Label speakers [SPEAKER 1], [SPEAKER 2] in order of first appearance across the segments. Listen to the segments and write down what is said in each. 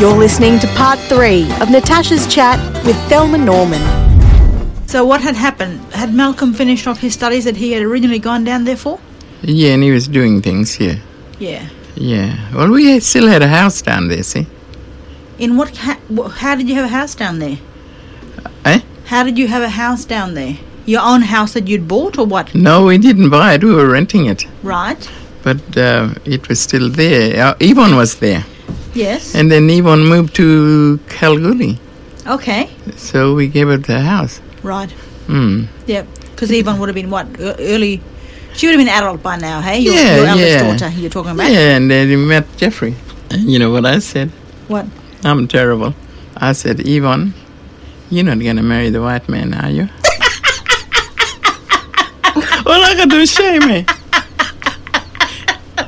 [SPEAKER 1] You're listening to part three of Natasha's chat with Thelma Norman.
[SPEAKER 2] So what had happened? Had Malcolm finished off his studies that he had originally gone down there for?
[SPEAKER 3] Yeah, and he was doing things here.
[SPEAKER 2] Yeah.
[SPEAKER 3] Yeah. Well, we had- still had a house down there, see?
[SPEAKER 2] In what? Ha- wh- how did you have a house down there?
[SPEAKER 3] Eh?
[SPEAKER 2] How did you have a house down there? Your own house that you'd bought or what?
[SPEAKER 3] No, we didn't buy it. We were renting it.
[SPEAKER 2] Right.
[SPEAKER 3] But uh, it was still there. Uh, Yvonne was there.
[SPEAKER 2] Yes.
[SPEAKER 3] And then Yvonne moved to Kalgoorlie.
[SPEAKER 2] Okay.
[SPEAKER 3] So we gave up the house.
[SPEAKER 2] Right.
[SPEAKER 3] Mm.
[SPEAKER 2] Yep. Because Yvonne would have been what ear- early. She would have been adult by now, hey? Your,
[SPEAKER 3] Yeah,
[SPEAKER 2] your eldest
[SPEAKER 3] yeah.
[SPEAKER 2] daughter you're talking about.
[SPEAKER 3] Yeah, and then we met Jeffrey. And you know what I said?
[SPEAKER 2] What?
[SPEAKER 3] I'm terrible. I said, Yvonne, you're not going to marry the white man, are you? well, I got to shame me.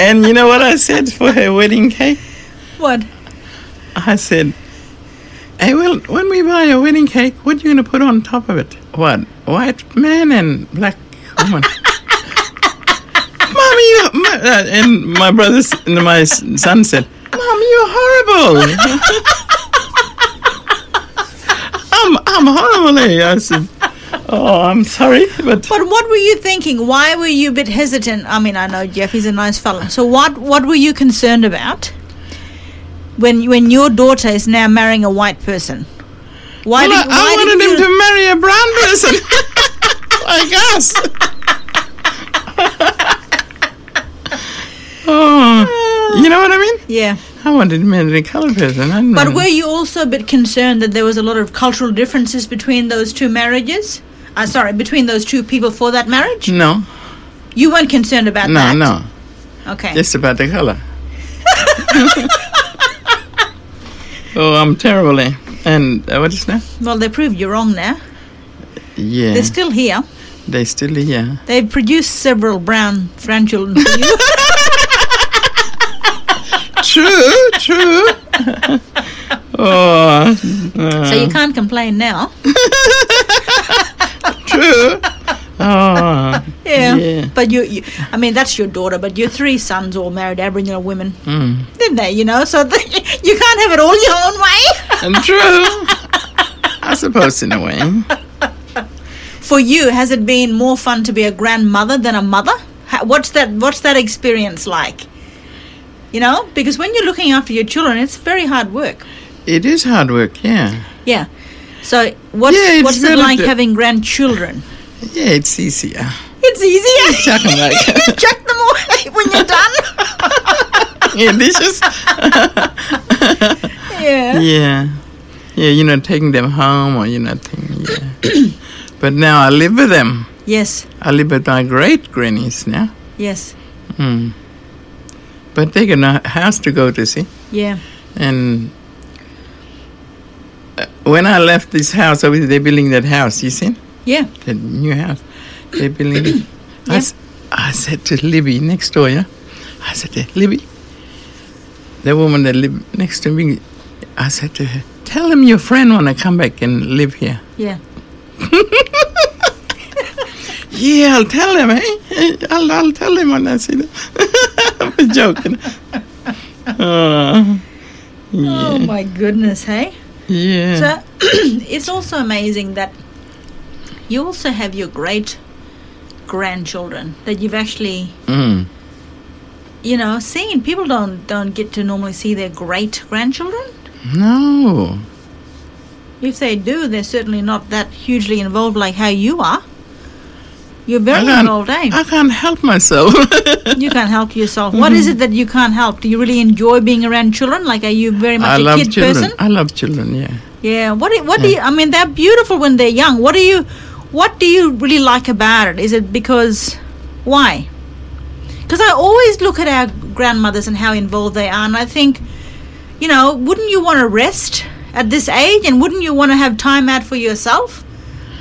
[SPEAKER 3] And you know what I said for her wedding cake?
[SPEAKER 2] What?
[SPEAKER 3] I said, Hey, well, when we buy a wedding cake, what you going to put on top of it? What? White man and black woman. Mommy, you. My, uh, and my brother, s- and my s- son said, Mom, you're horrible. I'm, I'm horrible. eh? I said, Oh, I'm sorry, but
[SPEAKER 2] But what were you thinking? Why were you a bit hesitant? I mean, I know Jeff; he's a nice fella. So what? What were you concerned about when when your daughter is now marrying a white person? Why?
[SPEAKER 3] Well,
[SPEAKER 2] did,
[SPEAKER 3] I,
[SPEAKER 2] why
[SPEAKER 3] I
[SPEAKER 2] did
[SPEAKER 3] wanted him
[SPEAKER 2] you-
[SPEAKER 3] to marry a brown person. I guess. oh, you know what I mean?
[SPEAKER 2] Yeah.
[SPEAKER 3] I wanted to marry a colored person. I didn't
[SPEAKER 2] But
[SPEAKER 3] want-
[SPEAKER 2] were you also a bit concerned that there was a lot of cultural differences between those two marriages? Uh, sorry, between those two people for that marriage?
[SPEAKER 3] No,
[SPEAKER 2] You weren't concerned about
[SPEAKER 3] Mm. no,
[SPEAKER 2] that?
[SPEAKER 3] no.
[SPEAKER 2] Okay.
[SPEAKER 3] Just about the color. oh, I'm terrible. Eh? And uh, what is that?
[SPEAKER 2] Well, they proved you wrong now.
[SPEAKER 3] Yeah,
[SPEAKER 2] They're still here.
[SPEAKER 3] they still here.
[SPEAKER 2] They've produced several brown grandchildren for you.
[SPEAKER 3] True, true. oh,
[SPEAKER 2] so you can't complain now.
[SPEAKER 3] true. Oh.
[SPEAKER 2] Yeah.
[SPEAKER 3] Yeah.
[SPEAKER 2] But you, you, I mean, that's your daughter, but your three sons all married Aboriginal women,
[SPEAKER 3] Mm.
[SPEAKER 2] didn't they? You know, so th- you can't have it all your own way.
[SPEAKER 3] And true. I suppose in a way.
[SPEAKER 2] For you, has it been more fun to be a grandmother than a mother? Ha- What's that? What's that experience like? You know, because when you're looking after your children, it's very hard work.
[SPEAKER 3] It is hard work, yeah.
[SPEAKER 2] Yeah. So what's,
[SPEAKER 3] Yeah, it's
[SPEAKER 2] what's it
[SPEAKER 3] really
[SPEAKER 2] like
[SPEAKER 3] di-
[SPEAKER 2] having grandchildren?
[SPEAKER 3] Yeah, it's easier.
[SPEAKER 2] It's easier.
[SPEAKER 3] Chuck 'em like-
[SPEAKER 2] Chuck them away when you're done.
[SPEAKER 3] Yeah, dishes.
[SPEAKER 2] Yeah.
[SPEAKER 3] Yeah. Yeah, you're not taking them home or you're not taking, yeah. but now I live with them.
[SPEAKER 2] Yes.
[SPEAKER 3] I live with my great grannies now.
[SPEAKER 2] Yes.
[SPEAKER 3] Mm. But they got a house to go to, see?
[SPEAKER 2] Yeah.
[SPEAKER 3] And uh, when I left this house, obviously they're building that house, you see?
[SPEAKER 2] Yeah.
[SPEAKER 3] the new house. They're building it. I, s- I said to Libby next door, yeah? I said to her, Libby, the woman that lived next to me, I said to her, tell them your friend want to come back and live here.
[SPEAKER 2] Yeah.
[SPEAKER 3] Yeah, I'll tell them, eh? I'll, I'll tell them when I see them. I'm joking. Uh,
[SPEAKER 2] Oh my goodness, hey?
[SPEAKER 3] yeah.
[SPEAKER 2] So it's also amazing that you also have your great grandchildren that you've actually,
[SPEAKER 3] Mm.
[SPEAKER 2] you know, seen. People don't don't get to normally see their great grandchildren.
[SPEAKER 3] No.
[SPEAKER 2] If they do, they're certainly not that hugely involved like how you are. You're
[SPEAKER 3] I
[SPEAKER 2] very
[SPEAKER 3] can't,
[SPEAKER 2] involved, eh?
[SPEAKER 3] I Mm-hmm. can't help myself.
[SPEAKER 2] you can't help yourself. What is it that you can't help? Do you really enjoy being around children? Like, are you very much
[SPEAKER 3] I
[SPEAKER 2] a
[SPEAKER 3] love
[SPEAKER 2] kid
[SPEAKER 3] children.
[SPEAKER 2] person?
[SPEAKER 3] I love children, yeah.
[SPEAKER 2] Yeah. What do, what do you? I mean, they're beautiful when they're young. What do you? What do you really like about it? Is it because? Why? Because I always look at our grandmothers and how involved they are, and I think, you know, wouldn't you want to rest at this age, and wouldn't you want to have time out for yourself?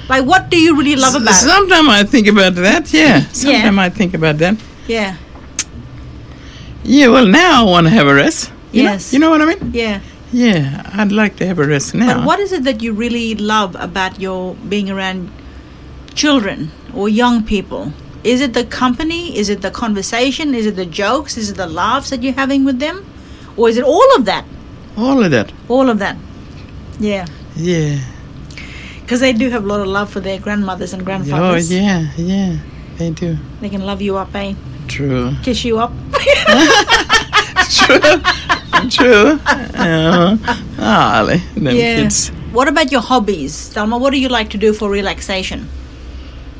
[SPEAKER 2] Like, what do you really love about it?
[SPEAKER 3] Sometimes I think about that, yeah. Sometimes I think about that.
[SPEAKER 2] Yeah.
[SPEAKER 3] Yeah, well, now I want to have a rest. You know-
[SPEAKER 2] Yes.
[SPEAKER 3] you know what I mean?
[SPEAKER 2] Yeah.
[SPEAKER 3] Yeah, I'd like to have a rest now.
[SPEAKER 2] But what is it that you really love about your being around children or young people? Is it the company? Is it the conversation? Is it the jokes? Is it the laughs that you're having with them? Or is it all of that?
[SPEAKER 3] all of that.
[SPEAKER 2] all of that. Yeah,
[SPEAKER 3] Yeah.
[SPEAKER 2] because they do have a lot of love for their grandmothers and
[SPEAKER 3] Oh,
[SPEAKER 2] grandfathers.
[SPEAKER 3] yeah, yeah. They do.
[SPEAKER 2] They can love you up, eh?
[SPEAKER 3] True.
[SPEAKER 2] Kiss you up.
[SPEAKER 3] True. True. Uh, ah, them kids.
[SPEAKER 2] What about your hobbies, Thelma? What do you like to do for relaxation?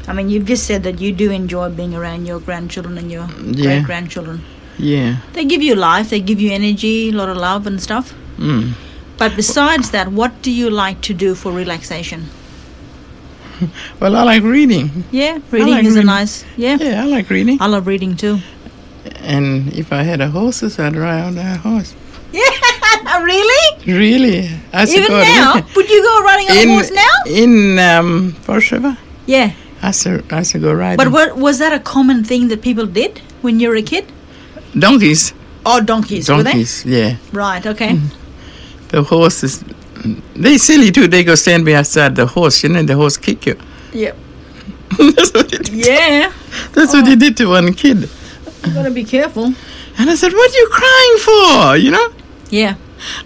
[SPEAKER 2] I mean, you've just said that you do enjoy being around your grandchildren and your
[SPEAKER 3] Yeah.
[SPEAKER 2] great grandchildren.
[SPEAKER 3] Yeah.
[SPEAKER 2] They give you life, they give you energy, a lot of love and stuff.
[SPEAKER 3] Mm.
[SPEAKER 2] But besides that, what do you like to do for relaxation?
[SPEAKER 3] Well, I like reading.
[SPEAKER 2] Yeah, reading
[SPEAKER 3] like
[SPEAKER 2] is
[SPEAKER 3] reading.
[SPEAKER 2] a nice. Yeah.
[SPEAKER 3] Yeah, I like reading.
[SPEAKER 2] I love reading too.
[SPEAKER 3] And if I had a horses, I'd ride on a horse.
[SPEAKER 2] really?
[SPEAKER 3] Really? I
[SPEAKER 2] Even
[SPEAKER 3] go
[SPEAKER 2] now?
[SPEAKER 3] really-
[SPEAKER 2] Would you go riding on
[SPEAKER 3] in,
[SPEAKER 2] a horse now?
[SPEAKER 3] In um, Porsheva,
[SPEAKER 2] Yeah.
[SPEAKER 3] I used to, I used to go riding.
[SPEAKER 2] But what, was that a common thing that people did when you were a kid?
[SPEAKER 3] Donkeys.
[SPEAKER 2] Oh, donkeys, Mm-hmm.
[SPEAKER 3] Donkeys, yeah.
[SPEAKER 2] were they? Right, okay.
[SPEAKER 3] The horses, they silly too. They go stand beside the horse, you know, the horse kick you.
[SPEAKER 2] Yeah.
[SPEAKER 3] that's what, they did.
[SPEAKER 2] Yeah.
[SPEAKER 3] That's what they
[SPEAKER 2] Oh.
[SPEAKER 3] did to one kid.
[SPEAKER 2] You gotta be careful.
[SPEAKER 3] And I said, what are you crying for, you know?
[SPEAKER 2] Yeah.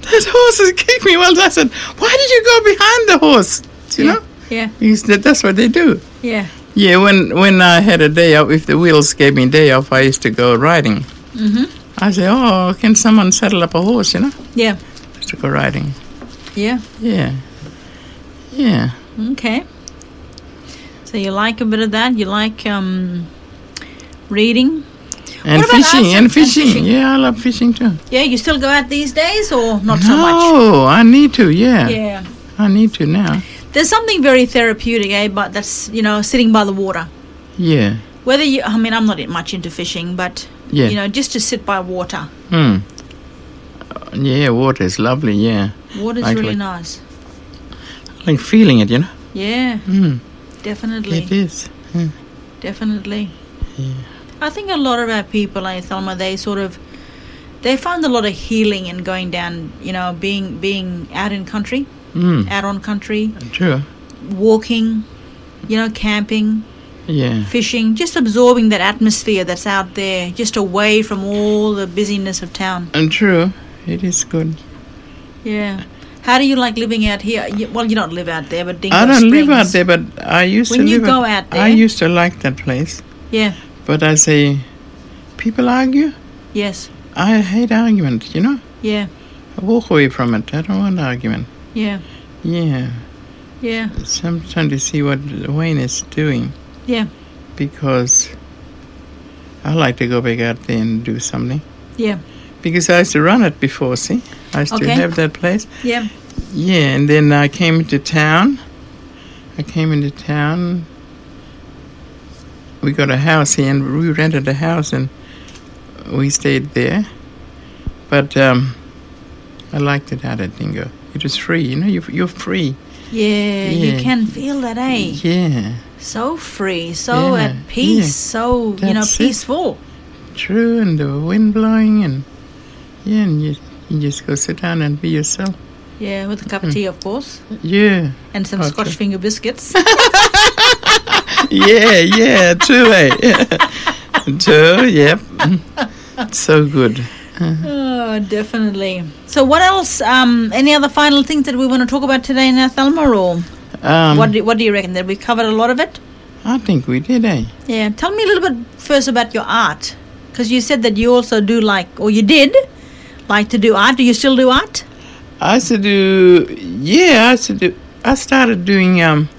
[SPEAKER 3] That horse has kicked me. Well, I said, why did you go behind the horse, you
[SPEAKER 2] yeah.
[SPEAKER 3] know?
[SPEAKER 2] Yeah.
[SPEAKER 3] He said, that's what they do.
[SPEAKER 2] Yeah.
[SPEAKER 3] Yeah, when when I had a day off, if the wheels gave me a day off, I used to go riding.
[SPEAKER 2] Mhm.
[SPEAKER 3] I say, oh, can someone saddle up a horse? You know,
[SPEAKER 2] Yeah.
[SPEAKER 3] used to go riding.
[SPEAKER 2] Yeah.
[SPEAKER 3] Yeah, yeah,
[SPEAKER 2] Okay. So you like a bit of that? You like um, reading?
[SPEAKER 3] and
[SPEAKER 2] about us
[SPEAKER 3] fishing,
[SPEAKER 2] and-
[SPEAKER 3] and
[SPEAKER 2] and
[SPEAKER 3] fishing,
[SPEAKER 2] fishing?
[SPEAKER 3] Yeah, I love fishing too.
[SPEAKER 2] Yeah. You still go out these days, or not so much?
[SPEAKER 3] Oh, I need to. Yeah.
[SPEAKER 2] Yeah.
[SPEAKER 3] I need to now.
[SPEAKER 2] There's something very therapeutic, eh? But that's you know sitting by the water.
[SPEAKER 3] Yeah,
[SPEAKER 2] Whether you, I mean, I'm not much into fishing, but
[SPEAKER 3] yeah.
[SPEAKER 2] you know, just to sit by water.
[SPEAKER 3] Hmm. Yeah, water is lovely. Yeah,
[SPEAKER 2] Water's
[SPEAKER 3] Like-
[SPEAKER 2] really
[SPEAKER 3] like-
[SPEAKER 2] nice.
[SPEAKER 3] like feeling it. You know.
[SPEAKER 2] Yeah,
[SPEAKER 3] Mm.
[SPEAKER 2] definitely.
[SPEAKER 3] It is.
[SPEAKER 2] Definitely. I think a lot of our people, I Thelma, they sort of they find a lot of healing in going down, you know, being being out in country,
[SPEAKER 3] Mm.
[SPEAKER 2] out on country,
[SPEAKER 3] True.
[SPEAKER 2] walking, you know, camping,
[SPEAKER 3] Yeah.
[SPEAKER 2] fishing, just absorbing that atmosphere that's out there, just away from all the busyness of town.
[SPEAKER 3] And true. It is good.
[SPEAKER 2] Yeah. How do you like living out here? You- Well, you don't live out there, but Dingo
[SPEAKER 3] I don't live out
[SPEAKER 2] Springs.
[SPEAKER 3] there, but I used
[SPEAKER 2] When
[SPEAKER 3] to
[SPEAKER 2] you
[SPEAKER 3] live
[SPEAKER 2] go
[SPEAKER 3] out
[SPEAKER 2] out there-
[SPEAKER 3] I used to like that place,
[SPEAKER 2] Yeah.
[SPEAKER 3] but I say people argue.
[SPEAKER 2] Yes.
[SPEAKER 3] I hate argument. You know,
[SPEAKER 2] Yeah.
[SPEAKER 3] I walk away from it. I don't want argument.
[SPEAKER 2] Yeah.
[SPEAKER 3] Yeah,
[SPEAKER 2] Yeah.
[SPEAKER 3] sometimes you see what Wayne is doing
[SPEAKER 2] Yeah.
[SPEAKER 3] because I like to go back out there and do something
[SPEAKER 2] Yeah.
[SPEAKER 3] because I used to run it before. See, I used to
[SPEAKER 2] Okay.
[SPEAKER 3] have that place.
[SPEAKER 2] Yeah.
[SPEAKER 3] Yeah, and then I came into town. I came into town. We got a house here, and we rented a house, and we stayed there. But um, I liked it out at Dingo. It was free, you know. You're, you're free.
[SPEAKER 2] Yeah,
[SPEAKER 3] Yeah.
[SPEAKER 2] you can feel that, eh?
[SPEAKER 3] Yeah,
[SPEAKER 2] So free, so
[SPEAKER 3] Yeah,
[SPEAKER 2] at peace,
[SPEAKER 3] yeah.
[SPEAKER 2] so you know
[SPEAKER 3] That's it.
[SPEAKER 2] peaceful.
[SPEAKER 3] true, and the wind blowing, and yeah, and you, you just go sit down and be yourself.
[SPEAKER 2] Yeah, with a
[SPEAKER 3] Mm.
[SPEAKER 2] cup of tea, of course,
[SPEAKER 3] Yeah,
[SPEAKER 2] and some
[SPEAKER 3] Okay.
[SPEAKER 2] Scotch finger biscuits.
[SPEAKER 3] yeah, yeah, true, eh? true, yep. So good.
[SPEAKER 2] oh, definitely. So, what else? Um, any other final things that we want to talk about today, now, Thelma? Or
[SPEAKER 3] Um,
[SPEAKER 2] what? Do, what do you reckon? That we covered a lot of it.
[SPEAKER 3] I think we did, eh?
[SPEAKER 2] Yeah. Tell me a little bit first about your art, because you said that you also do like, or you did, like to do art. Do you still do art?
[SPEAKER 3] I used to do, yeah, I used to do, I started doing um,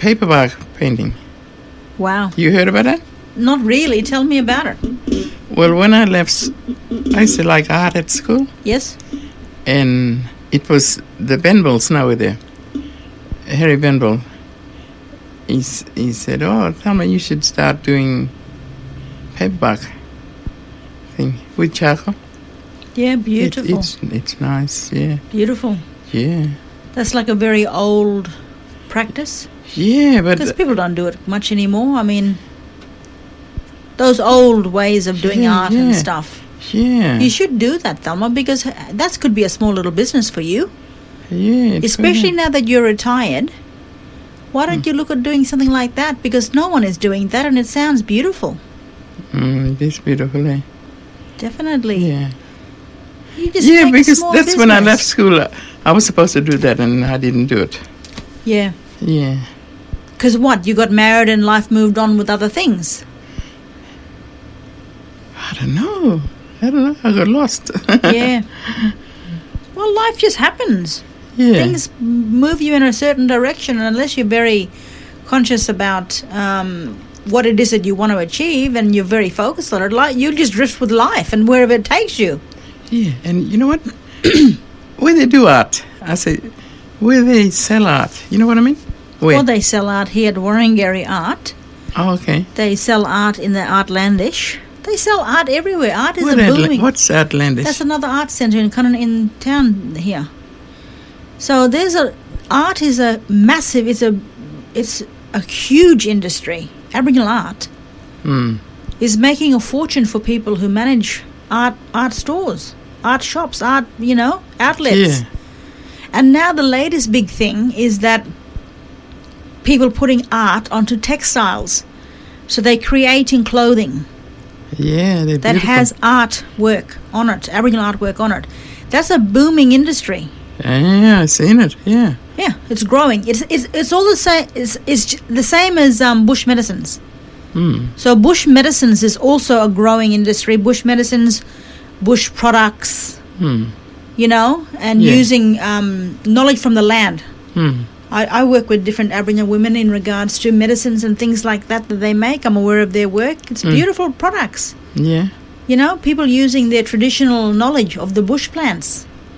[SPEAKER 3] paperback painting.
[SPEAKER 2] Wow.
[SPEAKER 3] You heard about that?
[SPEAKER 2] Not really. Tell me about it.
[SPEAKER 3] Well, when I left, s- I used to like art at school,
[SPEAKER 2] Yes.
[SPEAKER 3] and it was the Benbows now were there. Harry Benbow. He, s- he said, Oh, Thelma, you should start doing paperback thing with charcoal.
[SPEAKER 2] Yeah.
[SPEAKER 3] It-
[SPEAKER 2] Beautiful.
[SPEAKER 3] it's, it's nice, yeah,
[SPEAKER 2] Beautiful.
[SPEAKER 3] yeah.
[SPEAKER 2] That's like a very old practice
[SPEAKER 3] Yeah, but
[SPEAKER 2] because people don't do it much anymore. I mean, those old ways of doing
[SPEAKER 3] Yeah,
[SPEAKER 2] art and
[SPEAKER 3] yeah.
[SPEAKER 2] stuff.
[SPEAKER 3] yeah,
[SPEAKER 2] You should do that, Thelma, because uh, that could be a small little business for you,
[SPEAKER 3] yeah, it could
[SPEAKER 2] especially
[SPEAKER 3] be. Hmm.
[SPEAKER 2] now that you're retired. Why don't you look at doing something like that? Because no one is doing that, and it sounds beautiful.
[SPEAKER 3] Mm, this beautiful, eh?
[SPEAKER 2] Definitely.
[SPEAKER 3] Yeah.
[SPEAKER 2] You just
[SPEAKER 3] yeah,
[SPEAKER 2] make a
[SPEAKER 3] because
[SPEAKER 2] small
[SPEAKER 3] that's when I
[SPEAKER 2] business.
[SPEAKER 3] left school. I, I was supposed to do that, and I didn't do it.
[SPEAKER 2] Yeah.
[SPEAKER 3] Yeah.
[SPEAKER 2] Because what? You got married and life moved on with other things.
[SPEAKER 3] I don't know. I don't know. I got lost.
[SPEAKER 2] Yeah. well, life just happens.
[SPEAKER 3] yeah.
[SPEAKER 2] Things m- move you in a certain direction, and unless you're very conscious about um, what it is that you want to achieve and you're very focused on it, like you just drift with life and wherever it takes you.
[SPEAKER 3] Yeah. And you know what? where they do art, I say, where they sell art. You know what I mean? Where?
[SPEAKER 2] Well, they sell art here at Warringary Art.
[SPEAKER 3] oh, okay.
[SPEAKER 2] They sell art in the Artlandish. They sell art everywhere. Art is
[SPEAKER 3] Where
[SPEAKER 2] a
[SPEAKER 3] Atla-
[SPEAKER 2] booming.
[SPEAKER 3] what's Atlantis?
[SPEAKER 2] That's another art center in Conan in town here. So there's a art is a massive. It's a it's a huge industry. Aboriginal art
[SPEAKER 3] Mm.
[SPEAKER 2] is making a fortune for people who manage art art stores, art shops, art you know outlets.
[SPEAKER 3] Yeah.
[SPEAKER 2] And now the latest big thing is that people putting art onto textiles, so they're creating clothing
[SPEAKER 3] Yeah. They're
[SPEAKER 2] that
[SPEAKER 3] beautiful.
[SPEAKER 2] has art work on it, Aboriginal artwork on it. That's a booming industry.
[SPEAKER 3] Yeah, I seen it. Yeah.
[SPEAKER 2] Yeah, it's growing. It's it's, it's all the same. It's, it's j- the same as um, bush medicines.
[SPEAKER 3] Mm.
[SPEAKER 2] So bush medicines is also a growing industry. Bush medicines, bush products,
[SPEAKER 3] Mm.
[SPEAKER 2] you know, and
[SPEAKER 3] Yeah.
[SPEAKER 2] using um, knowledge from the land.
[SPEAKER 3] Mm.
[SPEAKER 2] I, I work with different Aboriginal women in regards to medicines and things like that that they make. I'm aware of their work.
[SPEAKER 3] Mm.
[SPEAKER 2] It's beautiful products.
[SPEAKER 3] Yeah.
[SPEAKER 2] You know, people using their traditional knowledge of the bush plants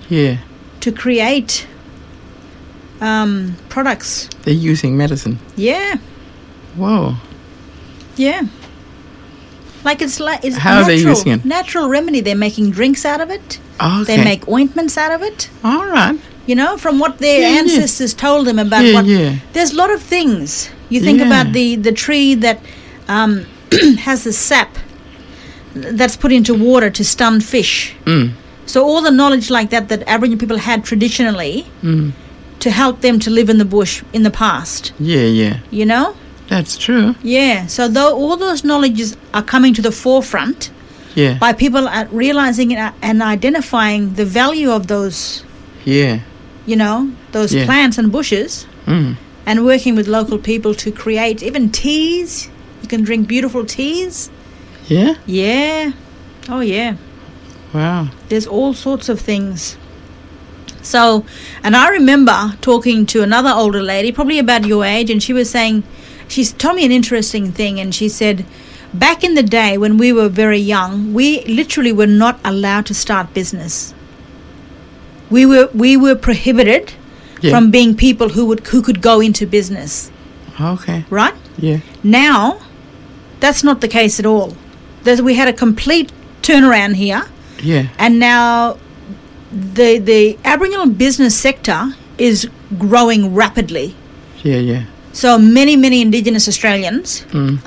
[SPEAKER 3] Yeah.
[SPEAKER 2] to create um, products.
[SPEAKER 3] They're using medicine.
[SPEAKER 2] Yeah,
[SPEAKER 3] Whoa.
[SPEAKER 2] yeah. Like it's like it's
[SPEAKER 3] How are
[SPEAKER 2] natural,
[SPEAKER 3] they using it?
[SPEAKER 2] natural remedy. They're making drinks out of it.
[SPEAKER 3] Okay.
[SPEAKER 2] They make ointments out of it.
[SPEAKER 3] All right.
[SPEAKER 2] You know, from what their
[SPEAKER 3] Yeah, yeah.
[SPEAKER 2] ancestors told them about
[SPEAKER 3] Yeah,
[SPEAKER 2] what.
[SPEAKER 3] yeah.
[SPEAKER 2] There's a lot of things. You think
[SPEAKER 3] Yeah.
[SPEAKER 2] about the the tree that um, has the sap that's put into water to stun fish.
[SPEAKER 3] Mm.
[SPEAKER 2] So all the knowledge like that that Aboriginal people had traditionally
[SPEAKER 3] Mm.
[SPEAKER 2] to help them to live in the bush in the past,
[SPEAKER 3] Yeah, yeah.
[SPEAKER 2] you know?
[SPEAKER 3] That's true.
[SPEAKER 2] Yeah. So though all those knowledges are coming to the forefront
[SPEAKER 3] Yeah.
[SPEAKER 2] by people at realizing and and identifying the value of those,
[SPEAKER 3] Yeah.
[SPEAKER 2] you know, those
[SPEAKER 3] Yeah.
[SPEAKER 2] plants and bushes
[SPEAKER 3] Mm.
[SPEAKER 2] and working with local people to create even teas. You can drink beautiful teas.
[SPEAKER 3] Yeah.
[SPEAKER 2] Yeah. Oh yeah.
[SPEAKER 3] Wow.
[SPEAKER 2] there's all sorts of things. So, and I remember talking to another older lady, probably about your age, and she was saying, she's told me an interesting thing, and she said, back in the day when we were very young, we literally were not allowed to start business. We were we were prohibited
[SPEAKER 3] Yeah.
[SPEAKER 2] from being people who would who could go into business,
[SPEAKER 3] okay.
[SPEAKER 2] right?
[SPEAKER 3] Yeah.
[SPEAKER 2] Now, that's not the case at all. There's, we had a complete turnaround here
[SPEAKER 3] Yeah.
[SPEAKER 2] and now the the Aboriginal business sector is growing rapidly.
[SPEAKER 3] Yeah. Yeah.
[SPEAKER 2] So many many Indigenous Australians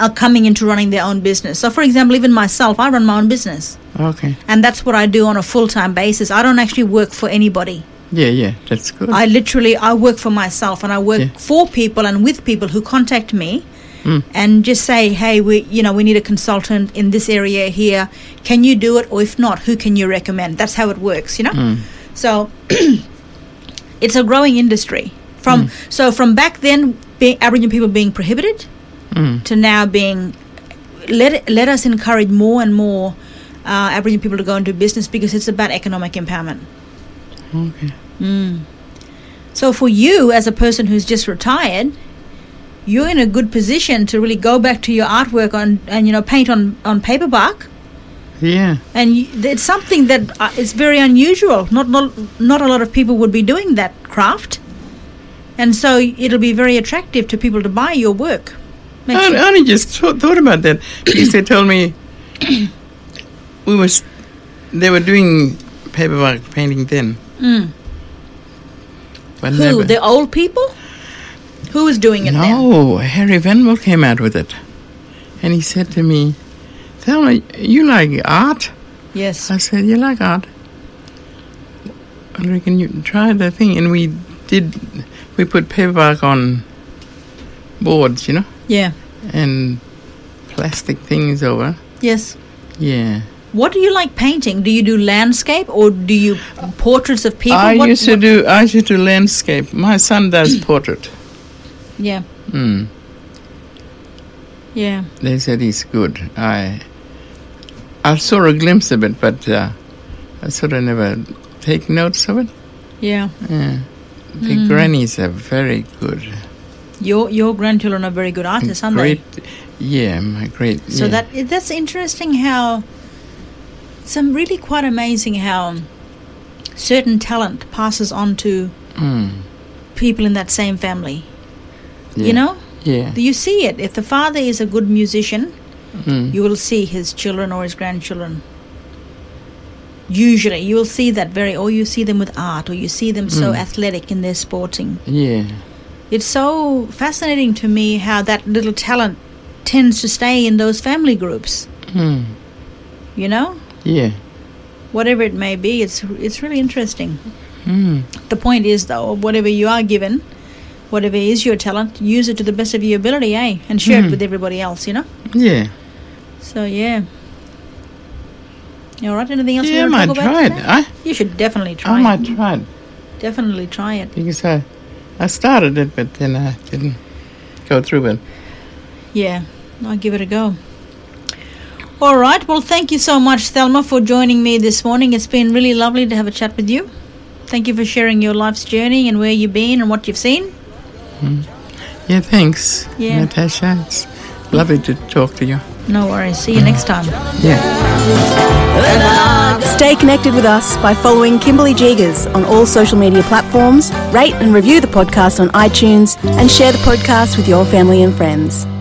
[SPEAKER 2] are coming into running their own business. So for example, even myself, I run my own business,
[SPEAKER 3] Okay.
[SPEAKER 2] and that's what I do on a full time basis. I don't actually work for anybody.
[SPEAKER 3] Yeah. Yeah. That's good.
[SPEAKER 2] Mm-hmm. I literally I work for myself and I work
[SPEAKER 3] Yeah.
[SPEAKER 2] for people and with people who contact me and just say, "Hey, we you know, we need a consultant in this area here. Can you do it or if not, who can you recommend?" That's how it works, you know? So it's a growing industry. From so from back then being Aboriginal people being prohibited
[SPEAKER 3] Mm,
[SPEAKER 2] to now being let let us encourage more and more uh, Aboriginal people to go into business because it's about economic empowerment.
[SPEAKER 3] okay.
[SPEAKER 2] So for you as a person who's just retired, you're in a good position to really go back to your artwork on and you know paint on on paper bark.
[SPEAKER 3] Yeah.
[SPEAKER 2] And you, it's something that uh, it's very unusual. Not not not a lot of people would be doing that craft, and so it'll be very attractive to people to buy your work. Makes
[SPEAKER 3] I,
[SPEAKER 2] you-
[SPEAKER 3] I only just thought, thought about that because they told me we was they were doing paperwork painting then. But
[SPEAKER 2] Hmm. who
[SPEAKER 3] never-
[SPEAKER 2] the old people? Who is doing it now?
[SPEAKER 3] No, Harry Venable came out with it. And he said to me, Tell me, you like art?
[SPEAKER 2] Yes.
[SPEAKER 3] I said, You like art? And can you try the thing? And we did, we put paperwork on boards, you know,
[SPEAKER 2] Yeah.
[SPEAKER 3] and plastic things over.
[SPEAKER 2] Yes.
[SPEAKER 3] Yeah.
[SPEAKER 2] What do you like painting? Do you do landscape or do you portraits of people?
[SPEAKER 3] I
[SPEAKER 2] What-
[SPEAKER 3] used to
[SPEAKER 2] what-
[SPEAKER 3] do I used to do landscape. My son does portrait.
[SPEAKER 2] Yeah,
[SPEAKER 3] Mm.
[SPEAKER 2] yeah.
[SPEAKER 3] They said he's good. I I saw a glimpse of it, but uh, I sort of never take notes of it.
[SPEAKER 2] Yeah,
[SPEAKER 3] Yeah. The
[SPEAKER 2] Hmm.
[SPEAKER 3] grannies are very good.
[SPEAKER 2] your your grandchildren are very good artists, aren't
[SPEAKER 3] great, yeah, my great.
[SPEAKER 2] they? So
[SPEAKER 3] yeah.
[SPEAKER 2] that that that's interesting. How some really quite amazing how certain talent passes on to
[SPEAKER 3] Mm,
[SPEAKER 2] people in that same family.
[SPEAKER 3] yeah.
[SPEAKER 2] You know,
[SPEAKER 3] Yeah.
[SPEAKER 2] you see it. If the father is a good musician,
[SPEAKER 3] mm,
[SPEAKER 2] you will see his children or his grandchildren. Usually, you will see that very, or you see them with art, or you see them so
[SPEAKER 3] Hmm.
[SPEAKER 2] athletic in their sporting.
[SPEAKER 3] yeah.
[SPEAKER 2] It's so fascinating to me how that little talent tends to stay in those family groups.
[SPEAKER 3] Mm,
[SPEAKER 2] You know,
[SPEAKER 3] yeah.
[SPEAKER 2] whatever it may be, it's it's really interesting.
[SPEAKER 3] Mm,
[SPEAKER 2] The point is, though, whatever you are given, whatever is your talent, use it to the best of your ability, eh? And share
[SPEAKER 3] Mm-hmm.
[SPEAKER 2] it with everybody else. You know.
[SPEAKER 3] yeah.
[SPEAKER 2] So yeah. You all right? Anything else
[SPEAKER 3] Yeah, I
[SPEAKER 2] you want
[SPEAKER 3] might
[SPEAKER 2] to talk about?
[SPEAKER 3] try it.
[SPEAKER 2] today?
[SPEAKER 3] I,
[SPEAKER 2] You should definitely try
[SPEAKER 3] I might
[SPEAKER 2] it.
[SPEAKER 3] try it
[SPEAKER 2] Definitely try it.
[SPEAKER 3] because I, I started it, but then I didn't go through it.
[SPEAKER 2] Yeah, I'll give it a go. All right. Well, thank you so much, Thelma, for joining me this morning. It's been really lovely to have a chat with you. Thank you for sharing your life's journey and where you've been and what you've seen.
[SPEAKER 3] Yeah, thanks,
[SPEAKER 2] Yeah.
[SPEAKER 3] Natasha. It's lovely to talk to you.
[SPEAKER 2] No worries. See you next time.
[SPEAKER 3] Yeah.
[SPEAKER 1] Stay connected with us by following Kimberly Jegers on all social media platforms, rate and review the podcast on iTunes, and share the podcast with your family and friends.